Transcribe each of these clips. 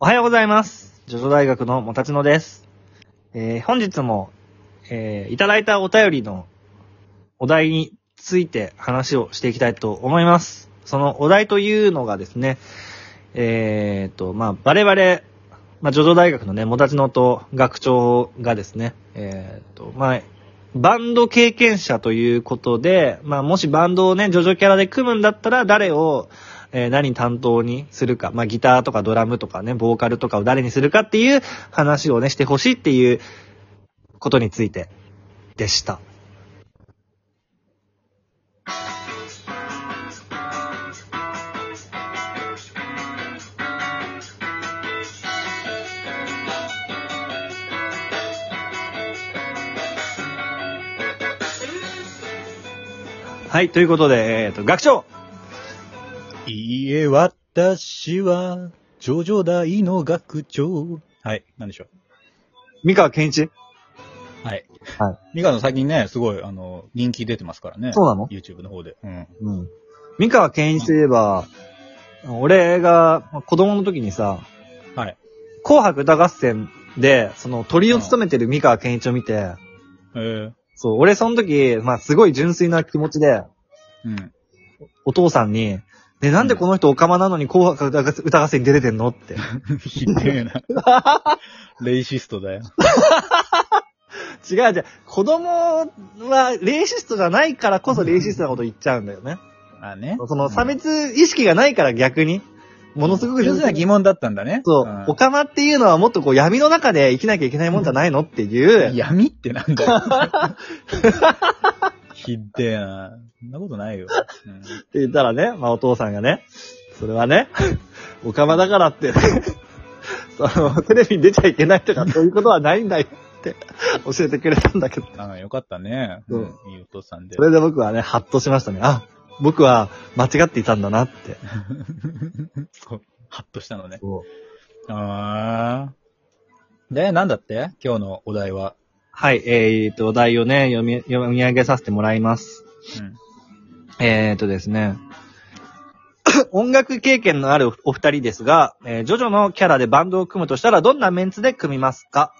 おはようございます。ジョジョ大学のもたちのです。えー本日も、えーいただいたお便りのお題について話をしていきたいと思います。そのお題というのがですね、えーっと、まあ、バレバレ、まあ、ジョジョ大学のね、もたちのと学長がですね、えーっと、まあ、バンド経験者ということで、まあ、もしバンドをね、ジョジョキャラで組むんだったら、誰を、えー何担当にするか、まあ、ギターとかドラムとかね、ボーカルとかを誰にするかっていう話をね、してほしいっていうことについてでした。はい、ということで、えっ、と、学長いいえ、私は、ジョジョ大の学長。はい、なんでしょ三河健一う。はい。はミカの最近ね、すごい、あの、人気出てますからね。そうなの ?YouTube の方で。うん。うん。三河健一といえば、俺がまあ子供の時にさ、はい。紅白歌合戦で、その鳥を務めてる三河健一を見て、えー、そう、俺その時、まあすごい純粋な気持ちで、うん。 お父さんに、ね、なんでこの人オカマなのに紅白歌合戦に出れてんの って。ひでえな。レイシストだよ。違う違う。子供はレイシストじゃないからこそレイシストなこと言っちゃうんだよね。あね。その差別意識がないから逆に、ものすごく純粋な疑問だったんだね。そう、んオカマっていうのはもっとこう闇の中で生きなきゃいけないもんじゃないのっていう。闇ってなんだよ。 ひでえな。そんなことないよ。うんって言ったらね、まあお父さんがね、それはね、 オカマだからって、 その、テレビに出ちゃいけないとかそういうことはないんだよって教えてくれたんだけど、ああ、よかったね。そううん。いいお父さんでそ。れで僕はね、ハッとしましたね。あ、僕は間違っていたんだなって。 そう。ハッとしたのね。そうあー。で、なんだって今日のお題は。はい、えー、と、お題をね、読み、読み上げさせてもらいます。うん。えーとですね。音楽経験のあるお二人ですが、えージョジョのキャラでバンドを組むとしたらどんなメンツで組みますか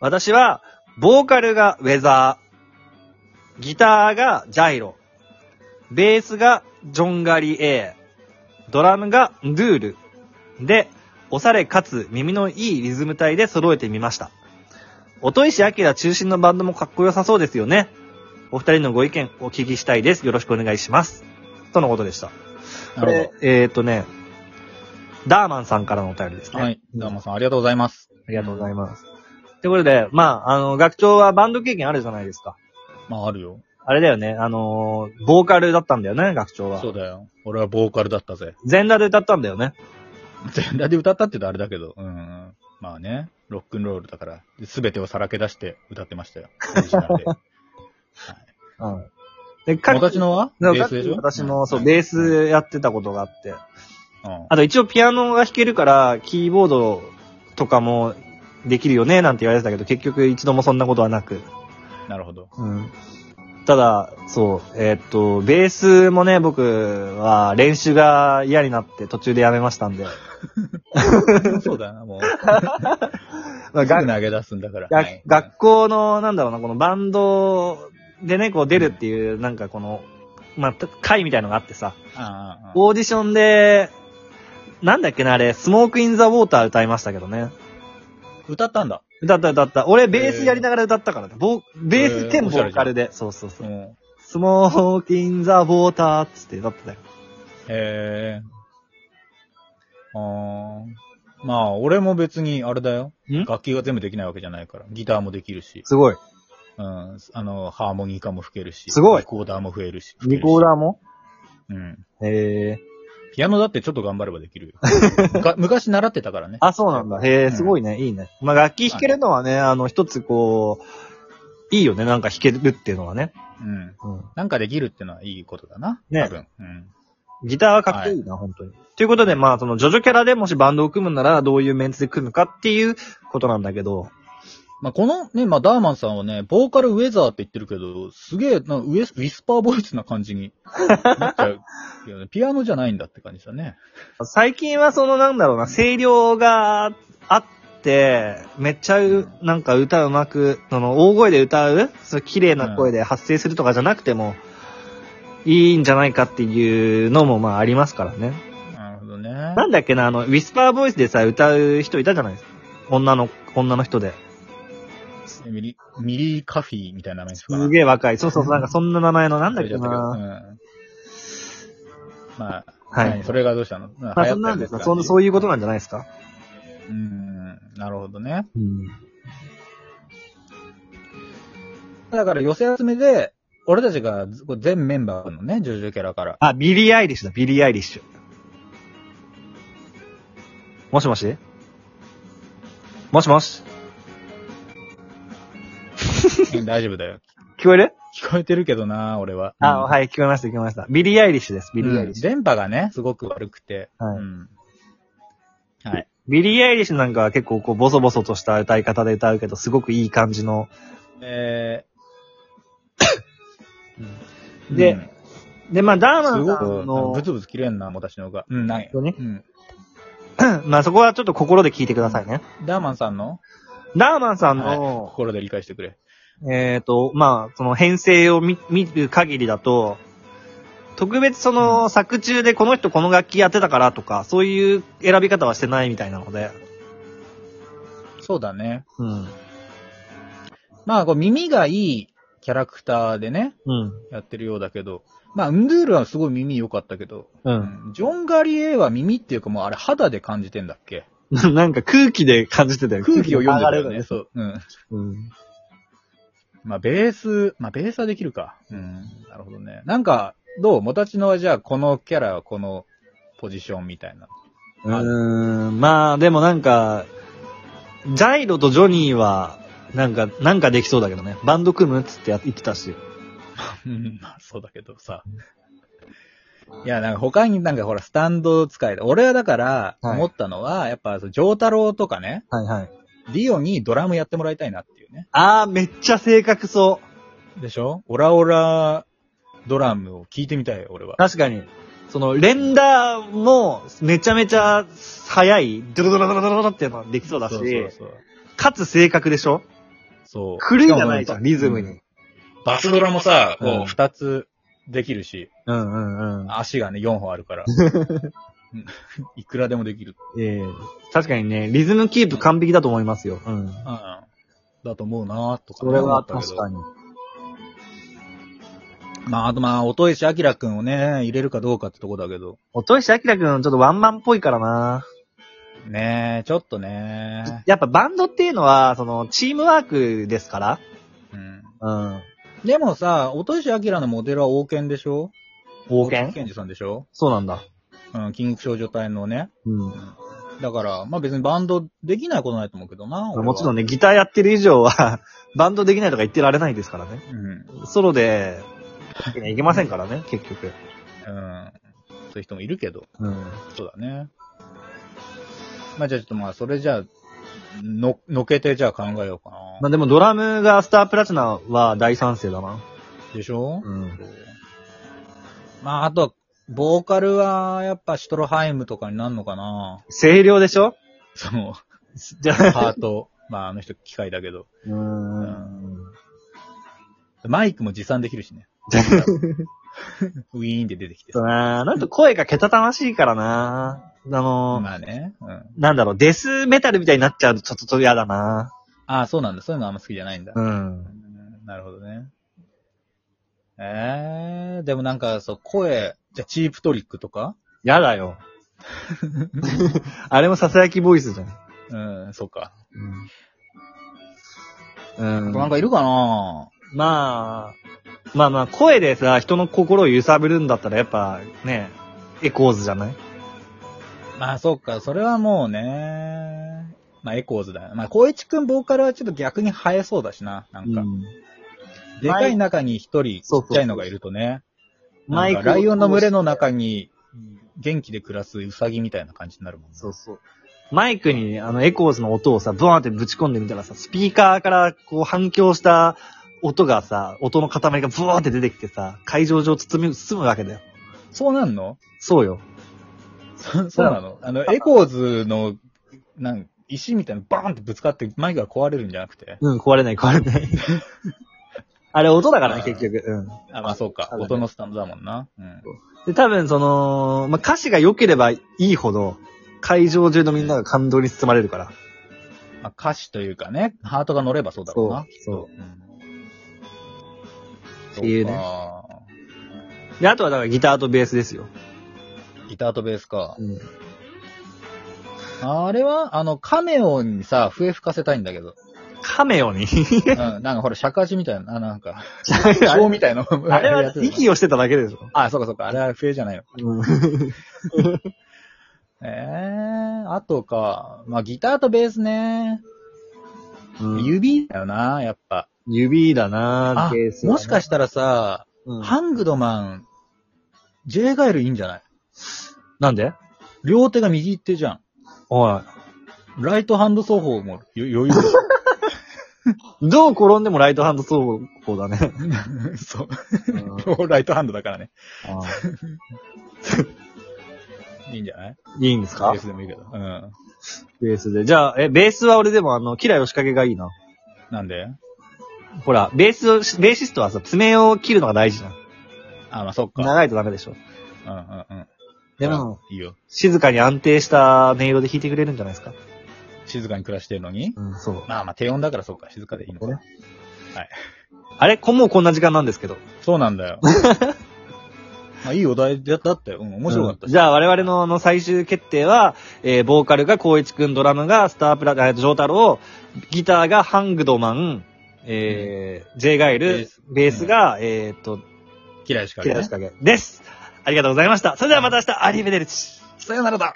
私は、ボーカルがウェザー、ギターがジャイロ、ベースがジョンガリ A、ドラムがドゥール、で、おしゃれかつ耳のいいリズム体で揃えてみました。音石明中心のバンドもかっこよさそうですよね。お二人のご意見お聞きしたいです。よろしくお願いします。とのことでした。なるこれえっ、とね、ダーマンさんからのお便りですほね。ど。はい。どうもさん、ありがとうございます。ありがとうございます。ということで、まあ、あの、学長はバンド経験あるじゃないですか。まあ、あるよ。あれだよね、あのーボーカルだったんだよね、学長はそ。うだよ。俺はボーカルだったぜ。全裸で歌ったんだよね。全裸で歌ったって言うとあれだけど、うんうん。まあね、ロックンロールだから、すべてをさらけ出して歌ってましたよ。オリジナル で。うん。で、彼私のはベでースでしょ私も、そう、んベースやってたことがあって。うんあと一応ピアノが弾けるから、キーボードとかもできるよね、なんて言われてたけど、結局一度もそんなことはなく。なるほど。 うん。ただ、そう、えーっと、ベースもね、僕は練習が嫌になって途中でやめましたんで。そうだな、もう。まあすがぐ投げ出すんだから。がはい学校の、なんだろうな、このバンドでね、こう出るっていう、なんかこの、まあ、会みたいのがあってさ、ああああオーディションで、なんだっけな、あれ、スモークインザウォーター歌いましたけどね。歌ったんだ。歌った歌った。俺、ベースやりながら歌ったからね。ボーベース兼へボーーカルで。そうそううそう。ん。スモーキンザ・ウォーターっつって歌ってたよ。へえ。あーまあ、俺も別に、あれだよ。ん楽器が全部できないわけじゃないから。ギターもできるし、すごい。うん。あの、ハーモニカも吹けるし。すごいリコーダーも増えるし。リコーダダーもーうん。へえ。ピアノだってちょっと頑張ればできるよ。む か昔習ってたからね。あ、そうなんだ。へえ、すごいね。いいね。まあ、楽器弾けるのはね、あの、一つこう、いいよね。なんか弾けるっていうのはね。うん。うん。なんかできるってのはいいことだな。ね多分。うん。ギターはかっこいいな、本当に。ということで、まあ、その、ジョジョキャラでもしバンドを組むなら、どういうメンツで組むかっていうことなんだけど、まあ、このね、まあ、ダーマンさんはね、ボーカルウェザーって言ってるけど、すげえ、なウエスウィスパーボイスな感じになっちゃうけどね。 ピアノじゃないんだって感じだね。最近はそのなんだろうな、声量があって、めっちゃう、なんか歌うまく、その大声で歌う、その綺麗な声で発声するとかじゃなくても、いいんじゃないかっていうのもまあありますからね。なるほどね。なんだっけな、あの、ウィスパーボイスでさ、歌う人いたじゃないですか。女の、女の人で。ミリ、ミリーカフィーみたいな名前ですかすげえ若い。そうそうそう、なんかそんな名前のなんだっけな。うんまあ、はい何それがどうしたのままあそんなんですか。そんそういうことなんじゃないですか。うん、なるほどね。うん。だから寄せ集めで、俺たちがず全メンバーのね、ジョジョキャラから。あ、ビリー・アイリッシュだ、ビリー・アイリッシュ。もしもしもしもしうん大丈夫だよ。 聞こえる聞こえてるけどな、俺は。あ、い。はい、聞こえました、聞こえました。ビリー・アイリッシュです、ビリー・アイリッシュ。電波がね、すごく悪くて。はいうんはい。ビリー・アイリッシュなんかは結構こう、ボソボソとした歌い方で歌うけど、すごくいい感じの。えーでうんで、まあ、ダーマすンごさく、んなんかのブ、ツブツ切れんな、私の方が。うん、ない。本当にうん。まあそこはちょっと心で聞いてくださいね。ダーマンさんのダーマンさんはいの、心で理解してくれ。えっ、と、まあ、その編成を見見る限りだと、特別その作中でこの人この楽器やってたからとか、そういう選び方はしてないみたいなので。そうだね。うん。まあ、こう耳がいいキャラクターでね、うん。やってるようだけど、まあ、ウンドゥールはすごい耳良かったけど、う。うんん、ジョン・ガリエは耳っていうかもうあれ肌で感じてんだっけ なんか空気で感じてたよ。空気を読んでた流よれね。るそう。うん。うん。まあ、ベース、まあ、ベースはできるか。うん。なるほどね。なんか、どうもたちのはじゃあ、このキャラはこのポジションみたいな。 うーん。まあ、でもなんか、ジャイロとジョニーは、なんか、なんかできそうだけどね。バンド組むっつってや言ってたし。うん、まあ、そうだけどさ。いや、なんか他になんかほら、スタンド使いで。俺はだから、はい思ったのは、やっぱ、そうジョータロウとかね、はいはい。ディオにドラムやってもらいたいなっていうね。あー、めっちゃ正確そう。でしょオラオラドラムを聞いてみたい、俺は。確かに。その、レンダーも、めちゃめちゃ、速い、ドロドロドロドロドロっていうのができそうだし、そうそうそう。かつ正確でしょそう。狂いじゃないじゃん、リズムうんに。バスドラもさ、こうんう、二つできるし、うんうんうん。足がね、4本あ るから。うんいくらでもできる。ええ確かにね、リズムキープ完璧だと思いますよ。うん。うん。だと思うなとかそね、れは思ったけ確どかに。まあ、あとまあ、音石明君をね、入れるかどうかってとこだけど。音石明君、ちょっとワンマンっぽいからな。ねえ、ちょっとねやっぱバンドっていうのは、その、チームワークですから。うん。うん。でもさ、音石明のモデルは王権でしょ冒大木険健二さんでしょそうなんだ。うん、筋肉少女隊のね。うん。だから、まあ別にバンドできないことないと思うけどな。もちろんね。ね、ギターやってる以上は、 バンドできないとか言ってられないですからね。うん。ソロで、いけませんからね、結局。うん。そういう人もいるけど、うん。そうだね。まあじゃあちょっとまあ、それじゃあ、の、のけてじゃあ考えようかまな。あでもドラムがスタープラチナは大賛成だな。でしょ、ん。そうまああと、ボーカルはやっぱシュトロハイムとかになるのかな声量でしょその、じゃあ、パート。 まああの人機械だけど。うーん。マイクも持参できるしね。ウィーンって出てきてそ。うなあの人声がけたたましいからなあの、まあね。うん。なんだろう、デスメタルみたいになっちゃうとちょっと嫌だなああ、そうなんだ。そういうのあんま好きじゃないんだ。うん。うんなるほどね。ええー、でもなんか、そう、声、じゃあチープトリックとか嫌だよ。 あれも囁きボイスじゃん。うん、そうか。うん。うん。なんかいるかなまあ、まあまあ、声でさ、人の心を揺さぶるんだったら、やっぱね、エコーズじゃないまあ、そうか。それはもうね。まあ、エコーズだよ。まあ、光一くんボーカルはちょっと逆に生えそうだしな。なんか、ん、でかい中に一人ちそうそうっそうちゃいのがいるとね。マなんイかク。ライオンの群れの中に元気で暮らすウサギみたいな感じになるもんね。そうそう。マイクにあのエコーズの音をさ、ブワーってぶち込んでみたらさ、スピーカーからこう反響した音がさ、音の塊がブワーって出てきてさ、会場上包み、包むわけだよ。そうなんのそうよ。 そそうなのあの、エコーズの、なん、石みたいなバーンってぶつかってマイクが壊れるんじゃなくて。うん、壊れない壊れ ない。あれ音だからね、結局。うん。あ、まあそうか。そうだね音のスタンドだもんな。うん。で、多分その、まあ、歌詞が良ければいいほど、会場中のみんなが感動に包まれるから。まあ歌詞というかね、ハートが乗ればそうだろうな。。そううん。っていうねそかで、あとはだからギターとベースですよ。ギターとベースか。うん。あれは、あの、カメオにさ、笛吹かせたいんだけど。カメ オに。うん。 なんかほら、尺八みたいな、あなんか、 あ蝶れみたいな。あれやはつだな息をしてただけでしょ。あ、そうかそうか。あれは笛じゃないの。うん。ええあとか。まあ、ギターとベースね。指だよな、やっぱ。指だなあ、もしかししたらさ、はハングドマン、J ガイルいいんじゃないなんで両手が右手じゃん。おい。ライトハンド奏法もよ余裕どう転んでもライトハンド奏法だね。 で。そう。ライトハンドだからね。あーいいんじゃない いいんですベかースでもいいけど。うん。ベースで。じゃあ、え、ベースは俺でもあの、キラヨシカゲがいいな。なんでほら、ベースを、ベーシストはさ、爪を切るのが大事じゃん。あ、まあ、そっか。長いとダメでしょ。うんうんうん。でも、いいよ。静かに安定した音色で弾いてくれるんじゃないですか。静かに暮らしてるのに。うん、そう。まあまあ、低音だからそうか。静かでいいのかな。あれこもうこんな時間なんですけど。そうなん だよ。まあ、いいお題だだったよ。うん、面白かったうんし。じゃあ我々のあの最終決定は、えー、ボーカルが光一くん、ドラムがスタープラ、えー、ジョータロウ、ギターがハングドマン、えー、ジェイガイベールス、ベースが、えーっと、嫌いしかキラヨシカゲです。ありがとうございました。それではまた明日、アリーベデルチ。さよならだ